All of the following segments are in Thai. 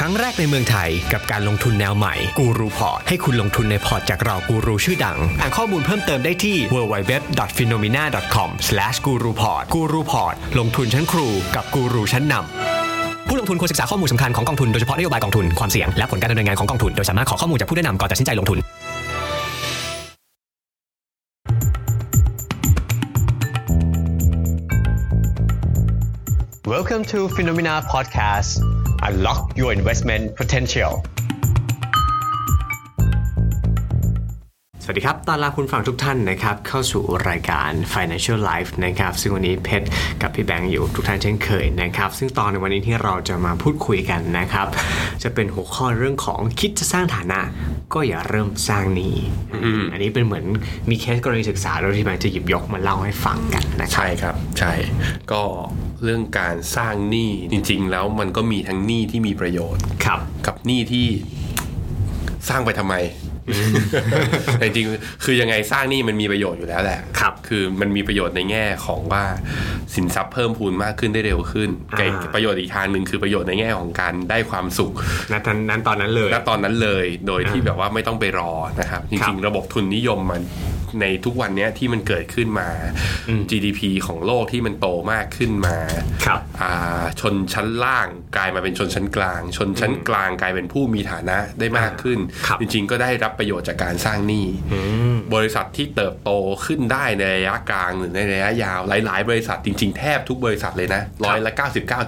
รั้งแรกในเมืองไทยกับการลงทุนแนวใหม่กูรูพอร์ตให้คุณลงทุนในพอร์ตจากเรากูรูชื่อดัง อ่านข้อมูลเพิ่มเติมได้ที่ www.phenomena.com/guruport กูรูพอร์ตลงทุนชั้นครูกับกูรูชั้นนำผู้ลงทุนควรศึกษาข้อมูลสำคัญของกองทุนโดยเฉพาะนโยบายกองทุนความเสี่ยงและผลการดำเนินงานของกองทุนโดยสามารถขอข้อมูลจากผู้แนะนำก่อนตัดสินใจลงทุน Welcome to Phenomena Podcast Unlock your investment potential สวัสดีครับ ต้อนรับคุณฟังทุกท่านนะครับ เข้าสู่รายการ Financial Life นะครับ ซึ่งวันนี้เพชรกับพี่แบงค์อยู่ทุกท่านเช่นเคยนะครับ ซึ่งตอนในวันนี้ที่เราจะมาพูดคุยกันนะครับ จะเป็นหัวข้อเรื่องของคิดจะสร้างฐานะ ก็อย่าเริ่มสร้างหนี้อืมอันนี้เป็นเหมือนมีเคสกรณีศึกษาเราที่แบงค์จะหยิบยกมาเล่าให้ฟังกันนะครับ ใช่ครับใช่ก็เรื่องการสร้างหนี้จริง ๆ แล้วมันก็มีทั้งหนี้ที่มีประโยชน์ ครับ กับหนี้ที่สร้างไปทำไม แต่ จริงๆคือยังไงสร้างหนี้มันมีประโยชน์อยู่แล้วแหละ ครับ คือมันมีประโยชน์ในแง่ของว่าสินทรัพย์เพิ่มพูนมากขึ้นได้เร็วขึ้น อ่า แต่ประโยชน์อีกทางหนึ่งคือประโยชน์ในแง่ของการได้ความสุข ณตอนนั้นตอนนั้นเลย ณตอนนั้นเลยโดยที่แบบว่าไม่ต้องไปรอนะครับคจรั ริง บ ๆ ระบบทุนนิยมมันในทุกวันเนี้ยที่มันเกิดขึ้นมา GDP ของโลกที่มันโตมากขึ้นมา ครับ อ่าชนชั้นล่างกลายมาเป็นชนชั้นกลาง ชนชั้นกลางกลายเป็นผู้มีฐานะได้มากขึ้น ครับ จริง ๆ ก็ได้รับประโยชน์จากการสร้างหนี้ บริษัทที่เติบโตขึ้นได้ในระยะกลางหรือในระยะยาว หลาย ๆ บริษัทจริง ๆ แทบทุกบริษัทเลยนะร้อยละ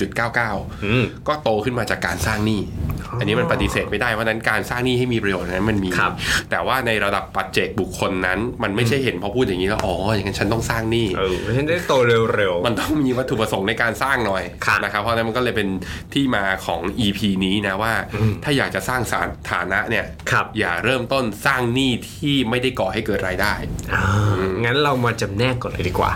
99.99 อืม ก็โตขึ้นมาจากการสร้างหนี้ อ๋ออั อันนี้มันปฏิเสธไม่ได้ว่าะฉะนั้นการสร้างหนี้ให้มีประโยชน์นั้นมันมี ครับ แต่ว่าในระดับปัจเจกบุคคลนั้น มันไม่ใช่เห็นพอพูดอย่างนี้แล้วอ๋ออย่างนั้นฉันต้องสร้างหนี้ เออเพราะฉะนั้นได้โตเร็ว มันต้องมีวัตถุประสงค์ในการสร้างหน่อย ครับ นะครับ เพราะฉะนั้นมันก็เลยเป็นที่มาของ EP นี้นะว่า ถ้าอยากจะสร้างสารฐานะเนี่ย ครับ อย่าเริ่มต้นสร้างหนี้ที่ไม่ได้ก่อให้เกิดรายได้ ๆอ่างั้นเรามาจำแนกก่อนเลยดีกว่า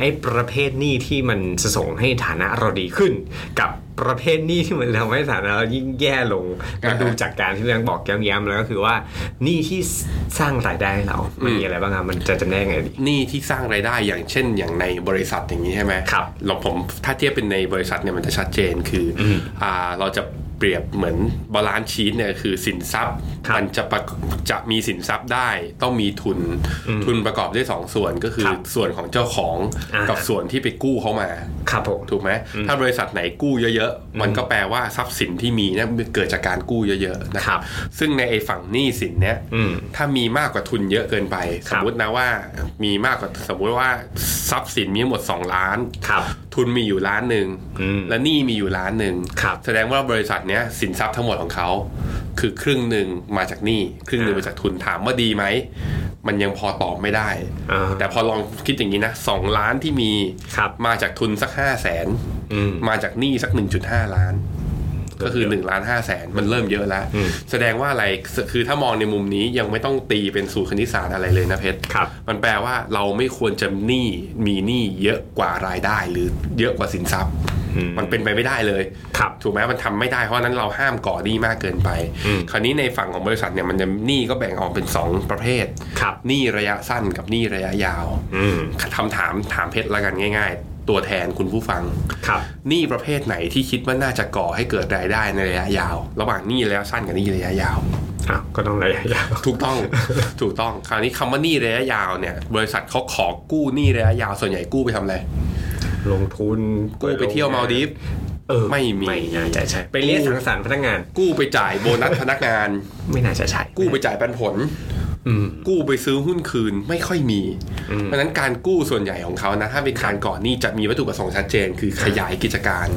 ไอ้ประเภทหนี้ที่มันจะส่งให้ฐานะเราดีขึ้น กับประเภทหนี้ที่มันทำให้ฐานะเรายิ่งแย่ลงมา อ่าฮะ ดูจากการที่เรื่องบอกย้ำๆแล้วก็คือว่าหนี้ที่สร้างรายได้ให้เรา มันมีอะไรบ้างครับมันจะจำแนกยังไงดี หนี้ที่สร้างรายได้อย่างเช่นอย่างในบริษัทอย่างนี้ใช่ไหม ครับ เราผมถ้าเทียบเป็นในบริษัทเนี่ยมันจะชัดเจนคืออ่าเราจะเปรียบเหมือนบาลานซ์ชีตเนี่ยคือสินทรัพย์ ครับ มันจะประจะมีสินทรัพย์ได้ต้องมีทุนทุนประกอบด้วยสองส่วนก็คือ ครับ ส่วนของเจ้าของ อ่ากั กับส่วนที่ไปกู้เขามา ครับผม ถูกไหมถ้าบริษัทไหนกู้เยอะๆ มันก็แปลว่าทรัพย์สินที่มีเนี่ยเกิดจากการกู้เยอะๆนะค ครั รั บบ ซึ่งในไอ้ฝั่งหนี้สินเนี่ย อืม ถ้ามีมากกว่าทุนเยอะเกินไป ค ส รับ มมตินะว่ามีมากกว่าสมมติว่าทรัพย์สินมีทั้งหมด 2 ล้าน ครับ ทุนมีอยู่ล้านหนึ่ง อืม และหนี้มีอยู่ล้านหนึ่ง ครับ แสดงว่าบริษัทเนี้ยสินทรัพย์ทั้งหมดของเขา คือครึ่งหนึ่งมาจากหนี้ครึ่งหนึ่ง อ่าม มาจากทุนถามว่าดีไหมมันยังพอตอบไม่ได้ อ่า แต่พอลองคิดอย่างนี้นะสองล้านที่มี ครับ มาจากทุนสักห้าแสน อืม มาจากหนี้สัก 1.5 ล้าน ก็คือ1ล้าน5แสนมันเริ่มเยอะแล้ว แสดงว่าอะไรคือถ้ามองในมุมนี้ยังไม่ต้องตีเป็นสูตรคณิตศาสตร์อะไรเลยนะเพชร ครับ มันแปลว่าเราไม่ควรจะหนี้มีหนี้เยอะกว่ารายได้ หรือเยอะกว่าสินทรัพย์ มันเป็นไปไม่ได้เลย ครับ ถูกไหมมันทำไม่ได้เพราะฉะนั้นเราห้ามก่อหนี้มากเกินไป คราวนี้ในฝั่งของบริษัทเนี่ยมันจะหนี้ก็แบ่งออกเป็น 2 ประเภท ครับ หนี้ระยะสั้นกับหนี้ระยะยาว อืม คำถามถามเพชรละกันง่าย ๆ ตัวแทนคุณผู้ฟัง ครับ หนี้ประเภทไหนที่คิดว่าน่าจะก่อให้เกิดรายได้ในระยะยาว ระหว่างหนี้ระยะสั้นกับหนี้ระยะยาว อ้าว ก็ต้องระยะยาว ถูกต้อง ถูกต้องคราวนี้คำว่าหนี้ระยะยาวเนี่ยบริษัทเขาขอกู้หนี้ระยะยาวส่วนใหญ่กู้ไปทำอะไร ลงทุน กู้ไปเที่ยวมาลดีฟ เออ ไม่มี ไม่น่าจะใช่ไปเลี้ยงสังสรรค์พนักงาน กู้ไปจ่ายโบนัสพนักง าน ไม่น่าจะใช่ กู้ไปจ่ายปันผล กู้ไปซื้อหุ้นคืนไม่ค่อยมี เพราะฉะนั้นการกู้ส่วนใหญ่ของเขานะถ้าเป็นการก่อนหนี้จะมีวัตถุประสงค์ชัดเจน คือขยายกิจการ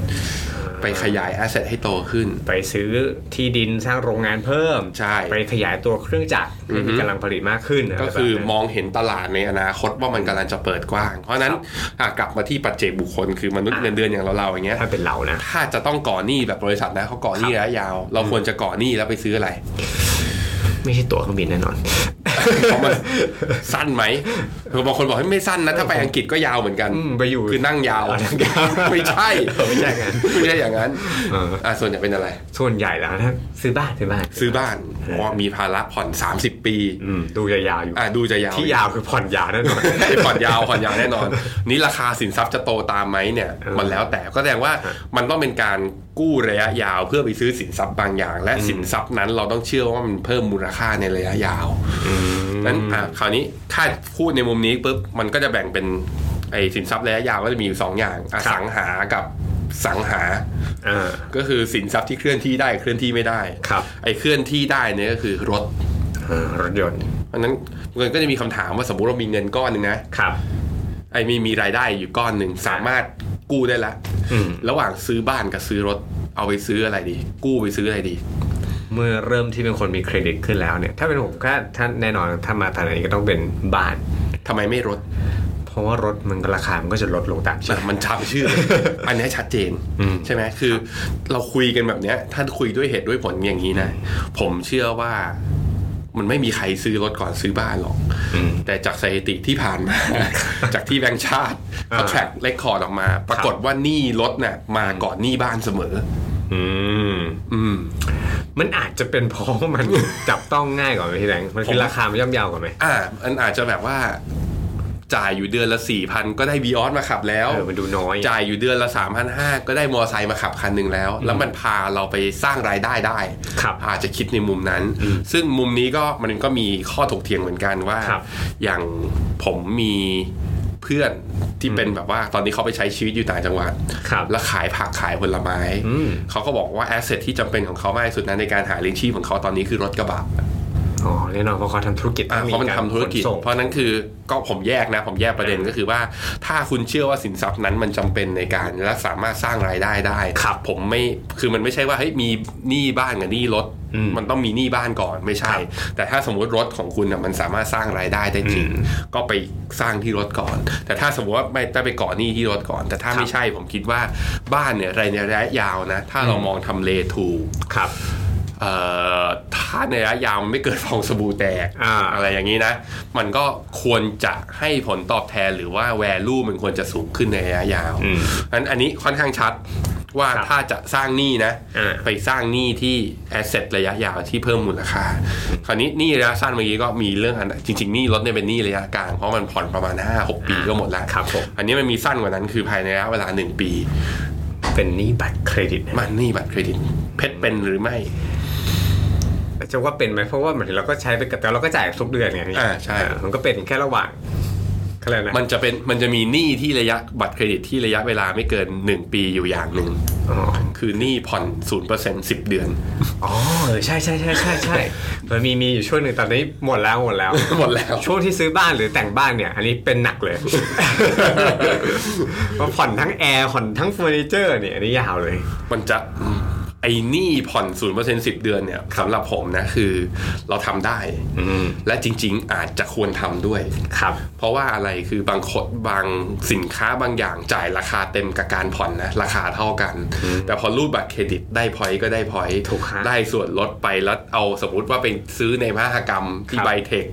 ไปขยายแอสเซทให้โตขึ้น ไปซื้อที่ดินสร้างโรงงานเพิ่ม ใช่ ไปขยายตัวเครื่องจักรที่มีกำลังผลิตมากขึ้น ก็คือ แบบนั้น มองเห็นตลาดในอนาคตว่ามันกำลังจะเปิดกว้าง เพราะฉะนั้นอ่ะกลับมาที่ปัจเจกบุคคลคือมนุษย์ อ่ะ เงินเดือนอย่างเราๆอย่างเงี้ย ถ้าเป็นเรานะ ถ้าจะต้องก่อหนี้แบบบริษัทนะเขาก่อหนี้ระยะยาว เราควรจะก่อหนี้แล้วไปซื้ออะไร ไม่ใช่ตั๋วเครื่องบินแน่นอน เพราะมันสั้นไหมคือบางคนบอกให้ยไม่สั้นนะถ้าไปอังกฤษก็ยาวเหมือนกัน อืมไปอยู่ คือนั่งยาว อ๋อนั่งยาว ไม่ใช่ เออไม่ใช่อย่างนั้น ไม่ใช่อย่างนั้นอ่ะส่วนใหญ่เป็นอะไร ส่วนใหญ่แล้วนะซื้อบ้านซื้อบ้าน ซื้อบ้านเพราะว่ามีภาระผ่อน 30 ปี มดูยาวๆอยู่ อ่ะดูจะยาว ที่ยาวคือผ่อนยาวแน่นอน ผ่อนยาวผ่อนยาวแน่นอน นี่ราคาสินทรัพย์จะโตตามไหมเนี่ย มันแล้วแต่ก็แสดงว่ามันต้องเป็นการ กู้ระยะยาวเพื่อไปซื้อสินทรัพย์บางอย่าง และสินทรัพย์นั้นเราต้องเชื่อว่ามันเพิ่มมูลค่าในระยะยาวนั้นอ่ะคราวนี้ถ้าพูดในมุมนี้ปุ๊บมันก็จะแบ่งเป็นไอ้สินทรัพย์ระยะยาวก็จะมีอยู่สองอย่างอสังหากับสังหา อ่า ก็คือสินทรัพย์ที่เคลื่อนที่ได้เคลื่อนที่ไม่ได้ ครับ ไอ้เคลื่อนที่ได้เนี่ยก็คือรถ อ่ารถยนต์ เพราะฉะนั้นเงินก็จะมีคำถามว่าสมมติเรามีเงินก้อนหนึ่งนะครับ ไอ้มีมีรายได้อยู่ก้อนหนึ่งสามารถกู้ได้ละ อืม ระหว่างซื้อบ้านกับซื้อรถเอาไปซื้ออะไรดี กู้ไปซื้ออะไรดี เมื่อเริ่มที่เป็นคนมีเครดิตขึ้นแล้วเนี่ย ถ้าเป็นผมก็ถ้าแน่นอนถ้ามาทางนี้ก็ต้องเป็นบ้าน ทำไมไม่รถ เพราะว่ารถมันก็ราคา มันก็จะลดลงตามใช่ อ่ะมันชับชื่อ อันนี้ชัดเจนใช่ไหมคือ เราคุยกันแบบเนี้ยถ้าคุยด้วยเหตุด้วยผลอย่างนี้นะ ผมเชื่อว่ามันไม่มีใครซื้อรถก่อนซื้อบ้านหรอก แต่จากสถิติที่ผ่ านมา จากที่แบงก์ชาติเขาแทร็กเลคคอร์ดออกมา ปรากฏว่าหนี้รถน่ะมาก่อนหนี้บ้านเสมอ อืม อืม มันอาจจะเป็นเพราะว่ามัน จับต้องง่ายกว่าไหมพี่แบงค์มันคือ ผม ราคามันย่อมเยาวกว่าไหม อ่ามันอาจจะแบบว่า จ่ายอยู่เดือนละสี่พันก็ได้บีออสมาขับแล้ว เออมันดูน้อย จ่ายอยู่เดือนละ3 5 0 0 ก็ได้มอไซค์มาขับคันหนึ่งแล้ว แล้วมันพาเราไปสร้างรายได้ได้ ครับ อาจจะคิดในมุมนั้น ซึ่งมุมนี้ก็มันก็มีข้อถกเถียงเหมือนกันว่า ครับ อย่างผมมีเพื่อนที่เป็นแบบว่าตอนนี้เขาไปใช้ชีวิตอยู่ต่างจังหวัด ครับ แล้วขายผักขายผลไม้ อืม เขาก็บอกว่าแอสเซทที่จำเป็นของเขามากที่สุดนั้นในการหาเลี้ยงชีพของเขาตอนนี้คือรถกระบะ อ๋อแน่นอนเพราะเขาทำธุรกิจ อ่ะเพราะมันทำธุรกิจ ขนส่ง เพราะนั้นคือก็ผมแยกนะ ผมแยกประเด็นก็คือว่า ถ้าคุณเชื่อว่าสินทรัพย์นั้นมันจำเป็นในการและสามารถสร้างรายได้ได้ ครับ ผมไม่คือมันไม่ใช่ว่าเฮ้ยมีหนี้บ้านกับหนี้รถ อืม มันต้องมีหนี้บ้านก่อนไม่ใช่ ครับ แต่ถ้าสมมติรถของคุณน่ะมันสามารถสร้างรายได้ได้จริง อืม ก็ไปสร้างที่รถก่อน แต่ถ้าสมมติว่าไม่ได้ไปก่อหนี้ที่รถก่อน แต่ถ้า ครับ ไม่ใช่ผมคิดว่าบ้านเนี่ยระยะยาวนะ ถ้าเรามองทำเลถูก ครับ เอ่อถ้าในระยะยาวมันไม่เกิดฟองสบู่แตก อ่า ไรอย่างนี้นะ มันก็ควรจะให้ผลตอบแทนหรือว่า value มันควรจะสูงขึ้นในระยะยาว อืม นั้นอันนี้ค่อนข้างชัดว่า ครับ ถ้าจะสร้างหนี้นะ อ่า ไปสร้างหนี้ที่ asset ระยะยาวที่เพิ่มมูลค่า คราวนี้หนี้ระยะสั้นเมื่อกี้ก็มีเรื่องอันจริงๆหนี้รถเนี่ยเป็นหนี้ระยะกลางเพราะมันผ่อนประมาณ 5-6 ปีก็หมดแล้ว ครับผม อันนี้มันมีสั้นกว่านั้นคือภายในระยะเวลา 1 ปี เป็นหนี้บัตรเครดิตนะ มันหนี้บัตรเครดิตเพชรเป็นหรือไม่ จะว่าเป็นไหมเพราะว่าเหมือนเราก็ใช้ไปกับแต่เราก็จ่ายทุกเดือนไงพี่ อ่าใช่ เมันก็เป็นแค่ระหว่างอะไรยกนะ มันจะเป็นมันจะมีหนี้ที่ระยะบัตรเครดิตที่ระยะเวลาไม่เกิน 1 ปีอยู่อย่างหนึ่ง อ๋อ คือหนี้ผ่อนศูนย์เปอร์เซ็นต์สิบเดือน อ๋อเออใช่ใช่ใช่ใช่ใช่มันมีมีอยู่ช่วงหนึ่งตอนนี้หมดแล้วหมดแล้ว หมดแล้ว ช่วงที่ซื้อบ้านหรือแต่งบ้านเนี่ย อันนี้เป็นหนัก เลย เพราะผ่อนทั้งแอร์ผ่อนทั้งเฟอร์นิเจอร์เนี่ยอันนี้ยาวเลย มันจะไอ้หนี้ผ่อนศูนย์เปอร์เซ็นต์สิบเดือนเนี่ยสำหรับผมนะคือเราทำได้ และจริง ๆ อาจจะควรทำด้วย ครับ เพราะว่าอะไรคือบางคนบางสินค้าบางอย่างจ่ายราคาเต็มกับการผ่อนนะราคาเท่ากัน แต่พอรูดบัตรเครดิตได้พอยต์ก็ได้พอยต์ ถูกฮะ ได้ส่วนลดไปแล้วเอาสมมุติว่าไปซื้อในมหกรรมคที่รับ ไบเทค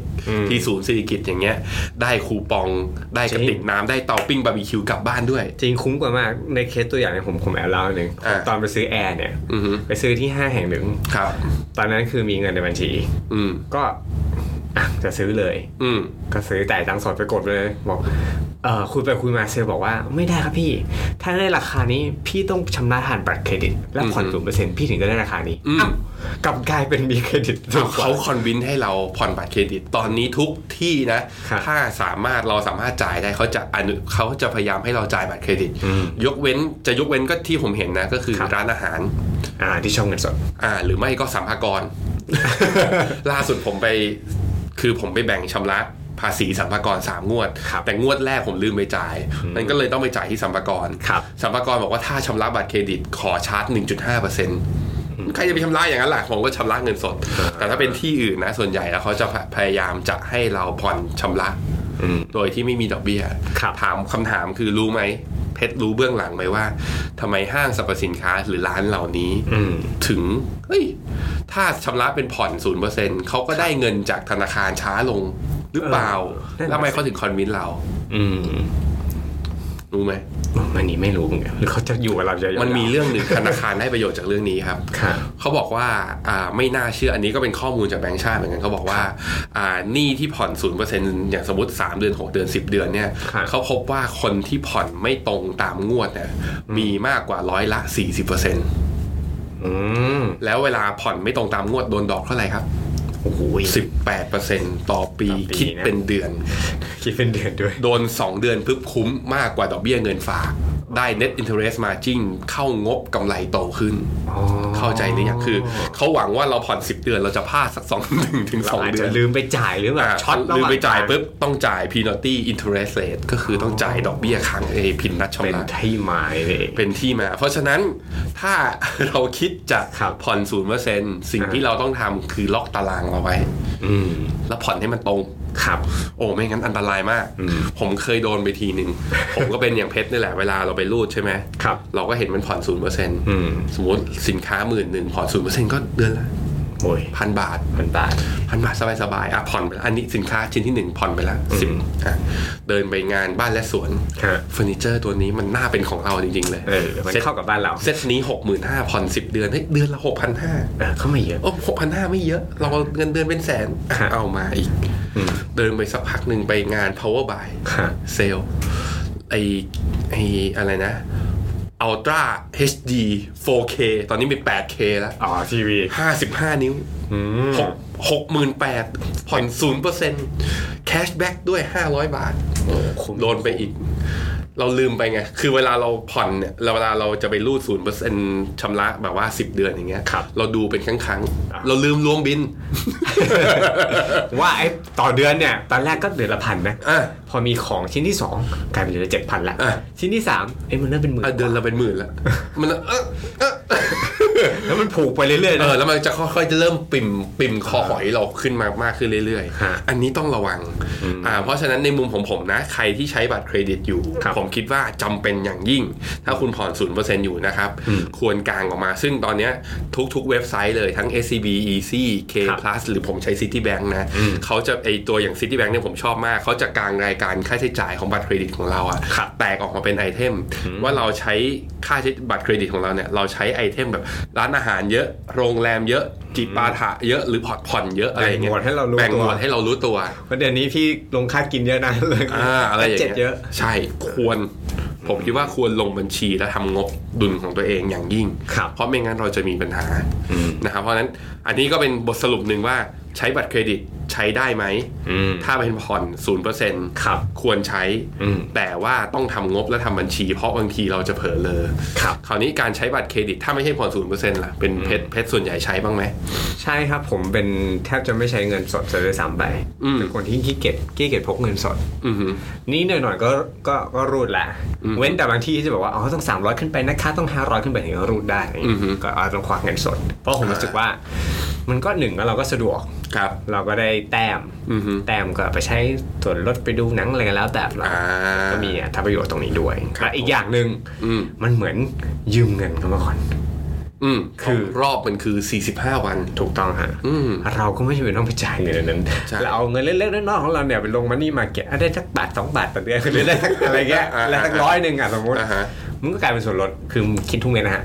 ที่ศูนย์เศรษฐกิจอย่างเงี้ย ได้คูปองได้กระ จริง ติกน้ำได้เตาปิ้งบาร์บีคิวกลับบ้านด้วย จริงคุ้มกว่ามากในเคสตัวอย่างเนี่ยผมผมแอบเล่าหนึ่ง อ่า ตอนไปซื้อแอร์เนี่ย อือฮึ ไปซื้อที่ห้างแห่งหนึ่ง ครับ ตอนนั้นคือมีเงินในบัญชี อืม ก็อ่ะจะซื้อเลย อืม ก็ซื้อแต่ายตังค์สดไปกดเลย บอกเออคุยไปคุยมาเซลล์บอกว่าไม่ได้ครับพี่ ถ้าได้ราคานี้พี่ต้องชำระผ่านบัตรเครดิต และผ่อนศูนเปอร์เซ็นต์พี่ถึงจะได้ราคานี้ อืม อ้าวกลับกลายเป็นมีเครดิตถูกกว่า เขาคอนวินให้เราผ่อนบัตรเครดิตตอนนี้ทุกที่นะ ครับ ถ้าสามารถเราสามารถจ่ายได้เขาจะอนุเขาจะพยายามให้เราจ่ายบัตรเครดิต ยกเว้นจะยกเว้นก็ที่ผมเห็นนะ ก็คือ ครับ ร้านอาหาร อ่าที่ชอบเงินสด อ่าหรือไม่ก็สัมภากร ล่าสุดผมไปคือผมไปแบ่งชำระภาษีสัมภากรสามงวด ครับ แต่งวดแรกผมลืมไปจ่ายมันก็เลยต้องไปจ่ายที่สัมภากร ครับ สัมภากรบอกว่าถ้าชำระบัตรเครดิตขอชาร์จ 1.5%ใครจะไปชำระอย่างนั้นล่ะ ผมก็ชำระเงินสด แต่ถ้าเป็นที่อื่นนะ ส่วนใหญ่แล้วเขาจะพยายามจะให้เราผ่อนชำระ โดยที่ไม่มีดอกเบี้ย ครับ ถามคำถามคือรู้ไหม เพชรรู้เบื้องหลังไหมว่าทำไมห้างสรรพสินค้าหรือร้านเหล่านี้ อืม ถึงเฮ้ยถ้าชำระเป็นผ่อนศูนย์เปอร์เซ็นเขาก็ได้เงินจากธนาคารช้าลงหรือเปล่า เออนั่นน่ะสิ แล้วทำไมเขาถึงคอนวินเรา อืม รู้ไหม อันนี้ไม่รู้เหมือนกันหรือเขาจะอยู่กับเราจะ มันมีเรื่องหนึ่ง ธนาคารได้ประโยชน์จากเรื่องนี้ครับ ค่ะ เขาบอกว่าอ่าไม่น่าเชื่ออันนี้ก็เป็นข้อมูลจากแบงก์ชาติเหมือนกันเขาบอกว่าอ่าหนี้ที่ผ่อนศูนย์เปอร์เซ็นต์อย่างสมมติ 3 เดือน 6 เดือน 10 เดือนเนี่ย ครับ เขาพบว่าคนที่ผ่อนไม่ตรงตามงวดเนี่ยมีมากกว่าร้อยละ 40%เปอร์เซ็นต์ อืม แล้วเวลาผ่อนไม่ตรงตามงวดโดนดอกเท่าไหร่ครับ โอ้โห 18%ต่อปี ต่อปี คิด นะ เป็นเดือน คิดเป็นเดือนด้วย โดน 2 เดือนปึ๊บคุ้มมากกว่าดอกเบี้ยเงินฝาก ได้ net interest margin เข้างบกำไรโตขึ้น อ๋อ เข้าใจหรือยังคือเขาหวังว่าเราผ่อน 10 เดือนเราจะพลาดสัก2 1ถึงถึง เรา สอง อาจ เดื จะ อน ลืมไปจ่ายหรือแบบ อ่า ช็อตระห ลืม ว่าง ไปจ่าย ทง ปุ๊บต้องจ่าย penalty interest rate ก็คือต้องจ่ายดอกเบี้ยค้างเอพินนัด เป็ ชำ น ระ ที่หมายเลยเอง เป็นที่มา เพราะฉะนั้นถ้า เราคิดจะ ครับ ผ่อนศูนย์เปอร์เซ็นสิ่ง อ่า ที่เราต้องทำคือล็อกตารางเราไว้ อืม แล้วผ่อนให้มันตรง ครับ โอ้ไม่งั้นอันตรายมาก ผมเคยโดนไปทีหนึ่ง ผมก็เป็นอย่างเพชรนี่แหละเวลาเราไปรูดใช่ไหม ครับ เราก็เห็นมันผ่อนศูนย์เปอร์เซ็นต์ อืม สมมติสินค้าหมื่นหนึ่งผ่อนศูนย์เปอร์เซ็นต์ก็เดือนละ โอ้ย พันบาท พันบาท พันบาทสบายสบายๆอ่ะผ่อนไปแล้วอันนี้สินค้าชิ้นที่หนึ่งผ่อนไปแล้วสิบอ่ะเดินไปงานบ้านและสวน ฮะ เฟอร์นิเจอร์ตัวนี้มันน่าเป็นของเราจริงๆเลย เออมันเข้ากับบ้านเรา เซตนี้หกหมื่นห้าผ่อนสิบเดือนเฮ้ยเดือนละหกพันห้า เออก็ไม่เยอะ โอ้หกพันห้าไม่เยอะ เราเอาเงินเดือนเป็นแสนอ่ะ ครับ เอามาอีก เดินไปสักพักหนึ่งไปงาน power by ครับ เซลไอไออะไรนะ ultra hd 4k ตอนนี้มี 8k แล้ว อ๋อทีวี ห้าสิบห้านิ้วหกหกหมื่นแปดผ่อนศูนย์เปอร์เซ็นต์แคชแบ็กด้วยห้าร้อยบาท โดนไปอีก เราลืมไปไง คือเวลาเราผ่อนเนี่ยเราเวลาเราจะไปรูดศูนย์เปอร์เซ็นชำระแบบว่าสิบเดือนอย่างเงี้ย ครับ เราดูเป็นครั้งครั้งๆ อ่ะ เราลืมรวมบิน ว่าไอ้ต่อเดือนเนี่ย ตอนแรกก็เดือนละพันนะ อ่ะ พอมีของชิ้นที่ 2 กลายเป็นเดือนละเจ็ดพันละ อ่ะ ชิ้นที่3เอ้ยมันเริ่มเป็นหมื่น อ่ะเดือนเราเป็นหมื่น ละมันเออเออ แล้วมันผูกไปเรื่อยๆ เอ นะ อแล้วมันจะค่อยๆจะเริ่มปิ่มปิ่มคอหอยเราขึ้นมามากขึ้นเรื่อย ฮะ ๆ อันนี้ต้องระวังอ่าเพราะฉะนั้นในมุมของผมนะ ใครที่ใช้บัตรเครดิตอยู่ ครับ ผมคิดว่าจำเป็นอย่างยิ่ง ถ้าคุณผ่อนศูนย์เปอร์เซ็นอยู่นะครับ ควรกางออกมา ซึ่งตอนเนี้ยทุกๆเว็บไซต์เลยทั้ง SCB Easy K ครับ Plus หรือผมใช้ Citibank นะเขาจะไอตัวอย่าง Citibank เนี่ยผมชอบมาก เขาจะกางรายการค่าใช้จ่ายของบัตรเครดิตของเราอะ ครับ แตกออกมาเป็นไอเทม ว่าเราใช้ค่าใช้บัตรเครดิตของเราเนี่ยเราใช้ไอเทมแบบร้านอาหารเยอะ โรงแรมเยอะจิปาถะเยอะหรือผ่อนผ่อนเยอะอะไรแบ่งหเงี้ยมวดให้เรารู้ แบ่ง ตัว หมวดให้เรารู้ตัว เพราะเดือนนี้พี่ลงค่ากิน เยอะนะเลย อ่าอะไรอย่าง เจ็ด เงี้ย เยอะ ใช่ควร ผมคิดว่าควรลงบัญชีและทำงบดุลของตัวเองอย่างยิ่ง ครับ เพราะไม่งั้นเราจะมีปัญหานะครับเพราะฉะนั้นอันนี้ก็เป็นบทสรุปหนึ่งว่าใช้บัตรเครดิตใช้ได้ไหม อืม ถ้าเป็นผ่อนศูนย์เปอร์เซ็นต์ ครับ ควรใช้ อืม แต่ว่าต้องทำงบและทำบัญชี เพราะบางทีเราจะเผลอเลย ครับ คราวนี้การใช้บัตรเครดิตถ้าไม่ใช่ผ่อนศูนย์เปอร์เซ็นต์ล่ะเป็นเพชรเพชรส่วนใหญ่ใช้บ้างไหม ใช่ครับผมเป็นแทบจะไม่ใช้เงินสดซะด้วยซ้ำไป อืม เป็นคนที่ขี้เกียจขี้เกียจพกเงินสด อือหือ นี่หน่อยๆก็ก็ก็รูดแหละ เว้นแต่บางที่ที่จะบอกว่าอ๋อต้อง 300 ขึ้นไปนะคะต้อง 500 ขึ้นไปถึงจะรูดได้อะไรอย่าง อือฮึ เงี้ยก็เอาต้องควักเงินสด เพราะผมรู้สึกว่า มันก็หนึ่งแล้วเราก็สะดวก ครับ เราก็ได้แต้ม อือฮึ แต้มก็ไปใช้ส่วนลดไปดูหนังอะไรก็แล้วแต่เรา อ่า ก็มีอ่ะทำประโยชน์ตรงนี้ด้วย ครับ และอีกอย่างหนึ่ง อืม มันเหมือนยืมเงินเข้ามาก่อน อืม คื คือ อรอบมันคือ 45 วัน ถูกต้องฮะ อืม เราก็ไม่จำเป็นต้องไปจ่ายเงินอันนั้น ใช่ เราเอาเงินเล็กๆน้อยๆของเราเนี่ยไปลงมันนี่มาเก็ตได้สักบาทสองบาทต่อเดือนหรือได้สักอะไรเงี้ย อ่า แล้วสักร้อยหนึ่งอ่ะสมมติ อ่าฮะ มันก็กลายเป็นส่วนลดคือมึงคิดทุกเม็ด นะฮะ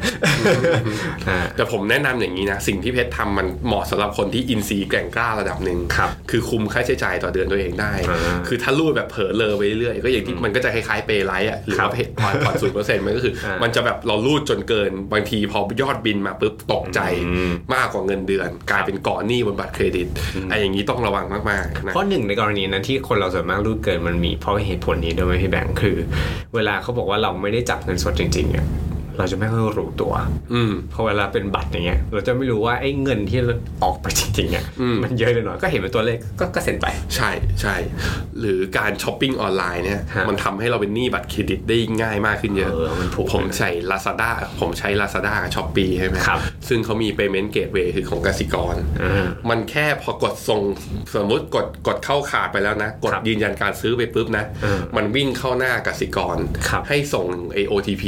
อ่า แต่ผมแนะนำอย่างนี้นะ สิ่งที่เพชรทำมันเหมาะสำหรับคนที่อินซีย์แกร่งกล้าระดับหนึ่ง ครับ คือคุมค่าใช้จ่ายต่อเดือนตัวเองได้ อ่า คือถ้ารูดแบบเผลอเลอไปเรื่อยๆก็อย่างที่มันก็จะคล้ายๆเปย์ไลท์อ่ะหรือ ครับ ว่าเพจผ่อนผ่อนศูนเปอร์เซ็นต์มันก็คือ อ่ามั มันจะแบบเรารูดจนเกิน บางทีพอยอดบินมาปุ๊บตกใจ อืม มากกว่าเงินเดือน กลายเป็นก่อนหนี้บนบัตรเครดิตไอ้อย่างนี้ต้องระวังมากๆนะ เพราะหนึ่งในกรณีนั้นที่คนเราส่วนมากรูดเกินมันมีเพราะเหตุผลนี้ด้วยไหมพี่แบงค์คือ เวลาเขาบอกว่าเราไม่ได้จับเงินสดจริงๆเนี่ยเราจะไม่ค่อยรู้ตัว อืม พอเวลาเป็นบัตรอย่างเงี้ยเราจะไม่รู้ว่าไอ้เงินที่ออกไปจริงๆเนี่ย อืม มันเยอะเลยหน่อยก็เห็นเป็นตัวเลขก็ก็เซ็นไป ใช่ใช่หรือการช้อปปิ้งออนไลน์เนี่ย ฮะ มันทำให้เราเป็นหนี้บัตรเครดิตได้ง่ายมากขึ้นเยอะ เออมันผูก ผมใช้ Lazada ผมใช้ Lazada กับ Shopee ใช่ไหม ครับ ซึ่งเขามี payment gateway คือของกสิกร อืม มันแค่พอกดส่งสมมติกดกดเข้าขาดไปแล้วนะ กด ครับ ยืนยันการซื้อไปปุ๊บนะ เออ มันวิ่งเข้าหน้ากสิกร ครับ ให้ส่ง AOTP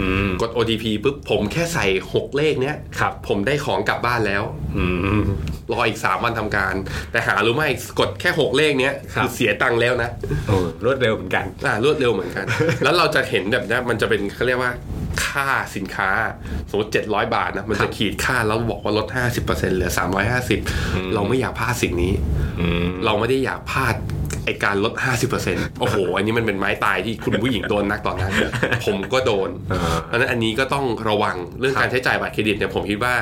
อืม กด OTP ปุ๊บผมแค่ใส่ 6 เลขเนี้ย ครับ ผมได้ของกลับบ้านแล้ว อืม รออีก 3 วันทำการ แต่หารู้ไหมกดแค่ 6 เลขเนี้ย ครับ อเสียตังค์แล้วนะ โอ้รวดเร็วเหมือนกัน อ่ารวดเร็วเหมือน กัน แล้วเราจะเห็นแบบเนี้ยมันจะเป็นเขาเรียกว่าค่าสินค้า สมมติ 700 บาทนะ มันจะขีดค่าแล้วบอกว่าลด 50%เหลือ 350 เราไม่อยากพลาดสิ่งนี้ เราไม่ได้อยากพลาด ไอการลด 50%โอ้โห อันนี้มันเป็นไม้ตายที่คุณผู้หญิงโดนนักตอนนั้น ผมก็โดน อ่า เพราะฉะนั้นอันนี้ก็ต้องระวังเรื่องการใช้จ่ายบัตรเครดิตเนี่ยผมคิดว่า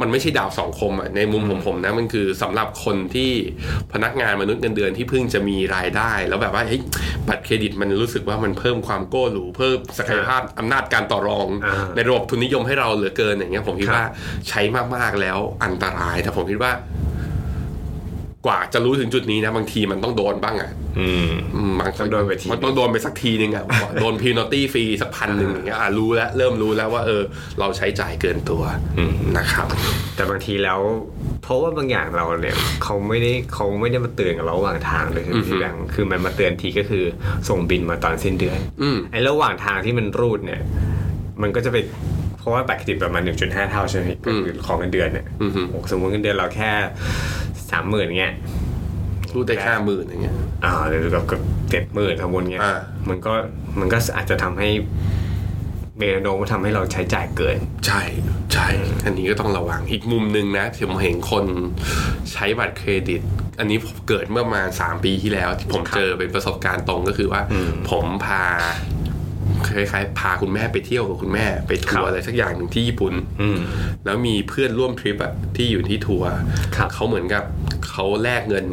มันไม่ใช่ดาวสองคมอะในมุมของผมนะมันคือสำหรับคนที่พนักงานมนุษย์เงินเดือนที่เพิ่งจะมีรายได้ แล้วแบบว่าเฮ้ยบัตรเครดิตมันรู้สึกว่ามันเพิ่มความโก้หรูเพิ่มศักยภาพอำนาจการต่อรอง อ่า ในระบบทุนนิยมให้เราเหลือเกินอย่างเงี้ยผมคิดว่าใช้มากๆแล้วอันตรายแต่ผมคิดว่า กว่าจะรู้ถึงจุดนี้นะบางทีมันต้องโดนบ้างอะ อืม อืมบางครั้ ต้องโดนไปที มันต้องโดนไปสักทีนึงอะบอกโดนพีนอตี้ฟรีสักพันหนึ่งอย่างเงี้ยอ่ะรู้แล้วเริ่มรู้แล้วว่า เออ เราใช้จ่ายเกินตัวนะครับ แต่บางทีแล้ว เพราะว่าบางอย่างเราเนี่ยเขาไม่ได้เขาไม่ได้มาเตือนกับเราระหว่างทางเลยใช่ไหมพี่แบงค์คือมันมาเตือนทีก็คือส่งบินมาตอนสิ้นเดือน อืม ไอ้ระหว่างทางที่มันรูดเนี่ย มันก็จะไปเพราะว่าบัตรเครดิตประมาณ1.5 เท่าใช่ไหมพี่ อืม คือของเงินเดือนเนี่ย อือฮึ โอ้สมมติเงินเดือนเราแค่สามหมื่นเงี้ย รู้ได้ค่าหมื่นอย่างเงี้ย อ่าหรือกับกับเจ็ดหมื่นทั้งบนเงี้ย อ่า มันก็มันก็อาจจะทำให้เมนโนมทำให้เราใช้จ่ายเกิน ใช่ใช่ อันนี้ก็ต้องระวังอีกมุมหนึ่งนะผมเห็นคนใช้บัตรเครดิต อันนี้ผมเกิดเมื่อประมาณ3ปีที่แล้วที่ผมเจอเป็นประสบการณ์ตรงก็คือว่า ผมพาคล้ายๆพาคุณแม่ไปเที่ยวกับคุณแม่ ไปทัวร์อะไรสักอย่างหนึ่งที่ญี่ปุ่น อืม แล้วมีเพื่อนร่วมทริปอะที่อยู่ที่ทัวร์ ครับ เขาเหมือนกับเขาแลกเงิน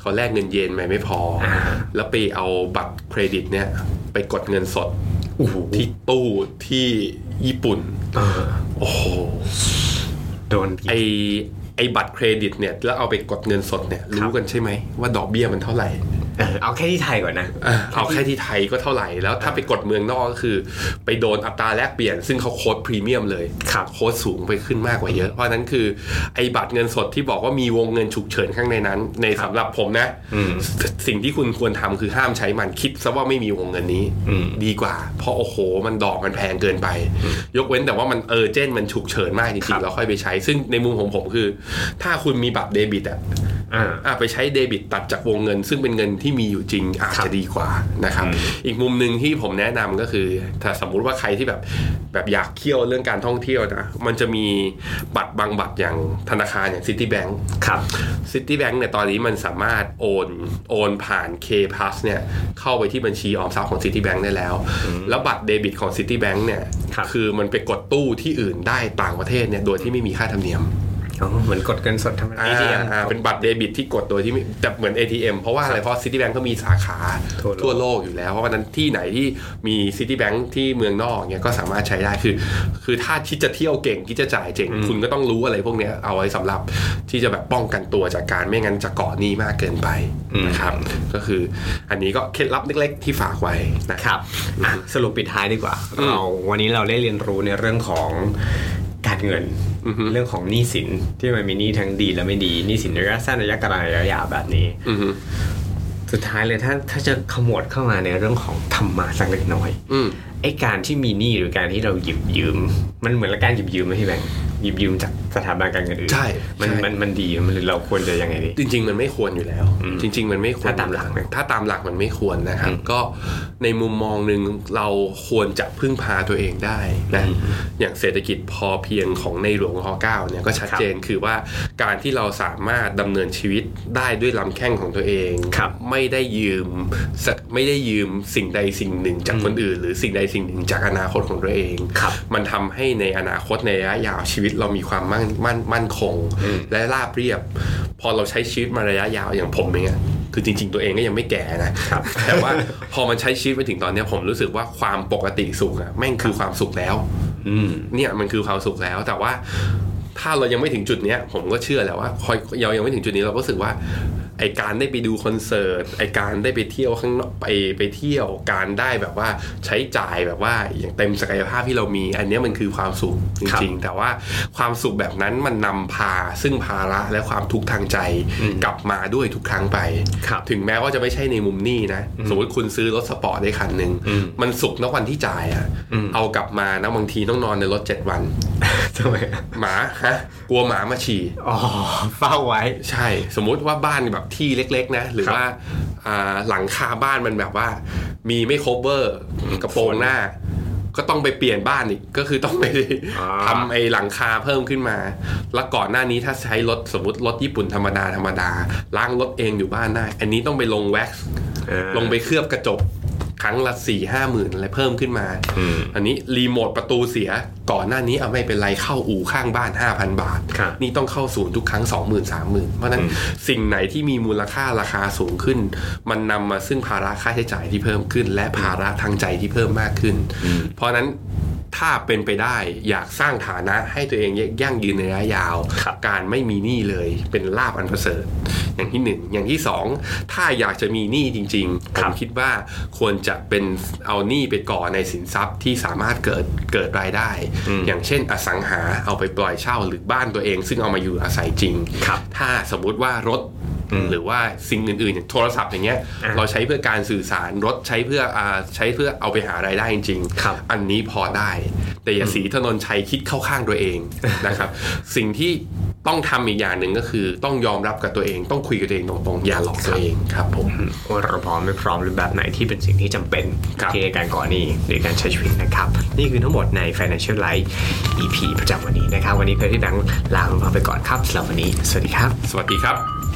เขาแลกเงินเยนไปไม่พออา แล้วไปเอาบัตรเครดิตเนี่ยไปกดเงินสดที่ตู้ที่ญี่ปุ่น เออ โอ้โห โดน ไอไอบัตรเครดิตเนี่ย แล้วเอาไปกดเงินสดเนี่ย รู้กันใช่ไหมว่าดอกเบี้ยมันเท่าไหร่ เออเอาแค่ที่ไทยก่อนนะ อ่ะเอาแค่ที่ไทยก็เท่าไหร่ แล้วถ้าไปกดเมืองนอกก็คือ ไปโดนอัตราแลกเปลี่ยน ซึ่งเขาโค้ดพรีเมียมเลย ครับ โค้ดสูงไปขึ้นมากกว่าเยอะ เพราะฉะนั้นคือไอ้บัตรเงินสดที่บอกว่ามีวงเงินฉุกเฉินข้างในนั้น ในสำหรับผมนะ สิ่งที่คุณควรทำคือห้ามใช้มันคิดซะว่าไม่มีวงเงินนี้ อืม ดีกว่า เพราะโอ้โห มันดอกมันแพงเกินไป ยกเว้นแต่ว่ามันเออเจนมันฉุกเฉินมากจริงๆแล้วค่อยไปใช้ ซึ่งในมุมของผมคือ ถ้าคุณมีบัตรเดบิตอะ อ่า อ่ะไปใช้เดบิตตัดจากวงเงิน ซึ่งเป็นเงินที่มีอยู่จริงอาจจะดีกว่านะครับ อีกมุมหนึ่งที่ผมแนะนำก็คือ ถ้าสมมุติว่าใครที่แบบแบบอยากเที่ยวเรื่องการท่องเที่ยวนะมันจะมีบัตรบางบัตรอย่างธนาคารอย่างซิตี้แบงก์ ครับ ซิตี้แบงก์เนี่ยตอนนี้มันสามารถโอนโอนผ่าน K Plus เนี่ยเข้าไปที่บัญชีออมทรัพย์ของซิตี้แบงก์ได้แล้ว แล้วบัตรเดบิตของซิตี้แบงก์เนี่ย ครับ อมันไปกดตู้ที่อื่นได้ต่างประเทศเนี่ยโดยที่ไม่มีค่าธรรมเนียม อ๋อเหมือนกดเงินสดธรรมดา อ่า ATM อ่าเป็นบัตรเดบิตที่กดโดยที่ไม่แต่เหมือน ATM เพราะว่าอะไร เพราะ Citibank ก็มีสาขา ทั่วโลก วโลกอยู่แล้ว เพราะว่านั้นที่ไหนที่มี Citibank ที่เมืองนอกเนี่ยก็สามารถใช้ได้คือ คือถ้าคิดจะเที่ยวเก่งคิดจะจ่ายเจ๋ง คุณก็ต้องรู้อะไรพวกเนี้ยเอาไว้สำหรับที่จะแบบป้องกันตัวจากการไม่งั้นจะก่อหนี้มากเกินไปนะครับ ก็คืออันนี้ก็เคล็ดลับเล็ก ๆ ที่ฝากไว้นะครับ อ่ะสรุปปิดท้ายดีกว่า เราวันนี้เราได้เรียนรู้ในเรื่องของการเงิน เรื่องของหนี้สินที่มันมีหนี้ทั้งดีและไม่ดีหนี้สินระยะสั้นระยะกลางระยะยาวแบบนี้ อือฮึ สุดท้ายเลยถ้าถ้าจะขมวดเข้ามาในเรื่องของธรรมะสักเล็กน้อย อืม ไอการที่มีหนี้หรือการที่เราหยิบยืม มันเหมือนกับการหยิบยืมไหมพี่แบงค์หยิบยืมจากสถาบันการเงินอื่น ใช่ มัน ใช่ มันมันดีมันหรือเราควรจะยังไงดี จริงๆ มันไม่ควรอยู่แล้ว อืม จริง ๆ มันไม่ควร ถ้าตามหลักนะ ถ้าตามหลักมันไม่ควรนะครับ ก็ในมุมมองหนึ่งเราควรจะพึ่งพาตัวเองได้นะอย่างเศรษฐกิจพอเพียงของในหลวงรอเก้าเนี่ยก็ชัด ครับ เจนคือว่าการที่เราสามารถดำเนินชีวิตได้ด้วยลำแข้งของตัวเอง ครับ ไม่ได้ยืมสักไม่ได้ยืมสิ่งใดสิ่งหนึ่งจากคนอื่น หรือสิ่งใดสิ่งหนึ่งจากอนาคตของตัวเอง ครับ มันทำให้ในอนาคตในระยะยาวชีวิตเรามีความมั่นมั่นมั่นคง และราบเรียบ พอเราใช้ชีวิตมาระยะยาวอย่างผมเนี่ยคือจริง ๆ ตัวเองก็ยังไม่แก่นะ ครับ แต่ว่าพอมันใช้ชีวิตมาถึงตอนเนี้ยผมรู้สึกว่าความปกติสุขอะแม่งคือความสุขแล้ว อืม เนี่ยมันคือความสุขแล้วแต่ว่าถ้าเรายังไม่ถึงจุดเนี้ยผมก็เชื่อแหละว่าพอเรายังไม่ถึงจุดนี้เราก็รู้สึกว่าไอการได้ไปดูคอนเสิร์ตไอการได้ไปเที่ยวข้างนอกไปไปเที่ยวการได้แบบว่าใช้จ่ายแบบว่าอย่างเต็มศักยภาพที่เรามี อันเนี้ยมันคือความสุขจ ครับ ริงๆ แต่ว่าความสุขแบบนั้นมันนำพาซึ่งภาระและความทุกข์ทางใจกลับมาด้วยทุกครั้งไป ครับ ถึงแม้ว่าจะไม่ใช่ในมุมหนี้นะ สมมติคุณซื้อรถสปอร์ตได้คันหนึ่ง อืม มันสุกนะวันที่จ่ายอะเอากลับมานะบางทีต้องนอนในรถเจ็ดวัน ทำไม หมาฮะกลัวหมามาฉี่ อ๋อเฝ้าไว้ ใช่ สมมุติว่าบ้านแบบที่เล็กๆนะ หรือ ครับ ว่าอ่าหลังคาบ้านมันแบบว่า มีไม่ cover กระโปรงหน้า ก็ต้องไปเปลี่ยนบ้านอีกก็คือต้องไป อ่า ทำไอ้หลังคาเพิ่มขึ้นมา แล้วก่อนหน้านี้ถ้าใช้รถสมมติรถญี่ปุ่นธรรมดาธรรมดาล้างรถเองอยู่บ้านได้อันนี้ต้องไปลงแว็กซ์ เออ ลงไปเคลือบกระจกครั้งละสี่ห้าหมื่นอะไรเพิ่มขึ้นมา อืม นนี้รีโมทประตูเสียก่อนหน้านี้เอาไม่เป็นไรเข้าอู่ข้างบ้าน 5,000 บาท ครับ นี่ต้องเข้าศูนย์ทุกครั้ง 20,000 30,000 เพราะฉะนั้นสิ่งไหนที่มีมูลค่าราคาสูงขึ้น มันนำมาซึ่งภาระค่าใช้จ่ายที่เพิ่มขึ้น และภาระทางใจที่เพิ่มมากขึ้น เพราะฉะนั้นถ้าเป็นไปได้อยากสร้างฐานะให้ตัวเองยั่งยืนในระยะยาว ครับ การไม่มีหนี้เลยเป็นลาบอันประเสริฐ อย่างที่หนึ่งอย่างที่สองถ้าอยากจะมีหนี้จริงๆ ค ผ รับ มคิดว่าควรจะเป็นเอาหนี้ไปก่อในสินทรัพย์ที่สามารถเกิดเกิดรายได้ อย่างเช่นอสังหาเอาไปปล่อยเช่าหรือบ้านตัวเอง ซึ่งเอามาอยู่อาศัยจริง ครับ ถ้าสมมุติว่ารถหรือว่าสิ่งอื่นๆอย่างโทรศัพท์อย่างเงี้ย อ่ะ เราใช้เพื่อการสื่อสารรถใช้เพื่ออาใช้เพื่อเอาไปหารายได้จริง ครับ อันนี้พอได้ แต่อย่าสีถนนชัยคิดเข้าข้างตัวเอง นะครับ สิ่งที่ต้องทำอีกอย่างหนึ่งก็คือต้องยอมรับกับตัวเอง ต้องคุยกับตัวเองตรงๆอย่าหลอกตัวเองครับผม ว่าเราพร้อมไม่พร้อมหรือแบบไหนที่เป็นสิ่งที่จำเป็น ครับ ที่ในการก่อนหนี้หรือการใช้ชีวิตนะครับ นี่คือทั้งหมดใน Financial Life EP ประจำวันนี้นะครับ วันนี้เพชรที่ดังลาคุณผู้ฟังไปก่อนครับสำหรับวันนี้ สวัสดีครับ สวัสดีครับ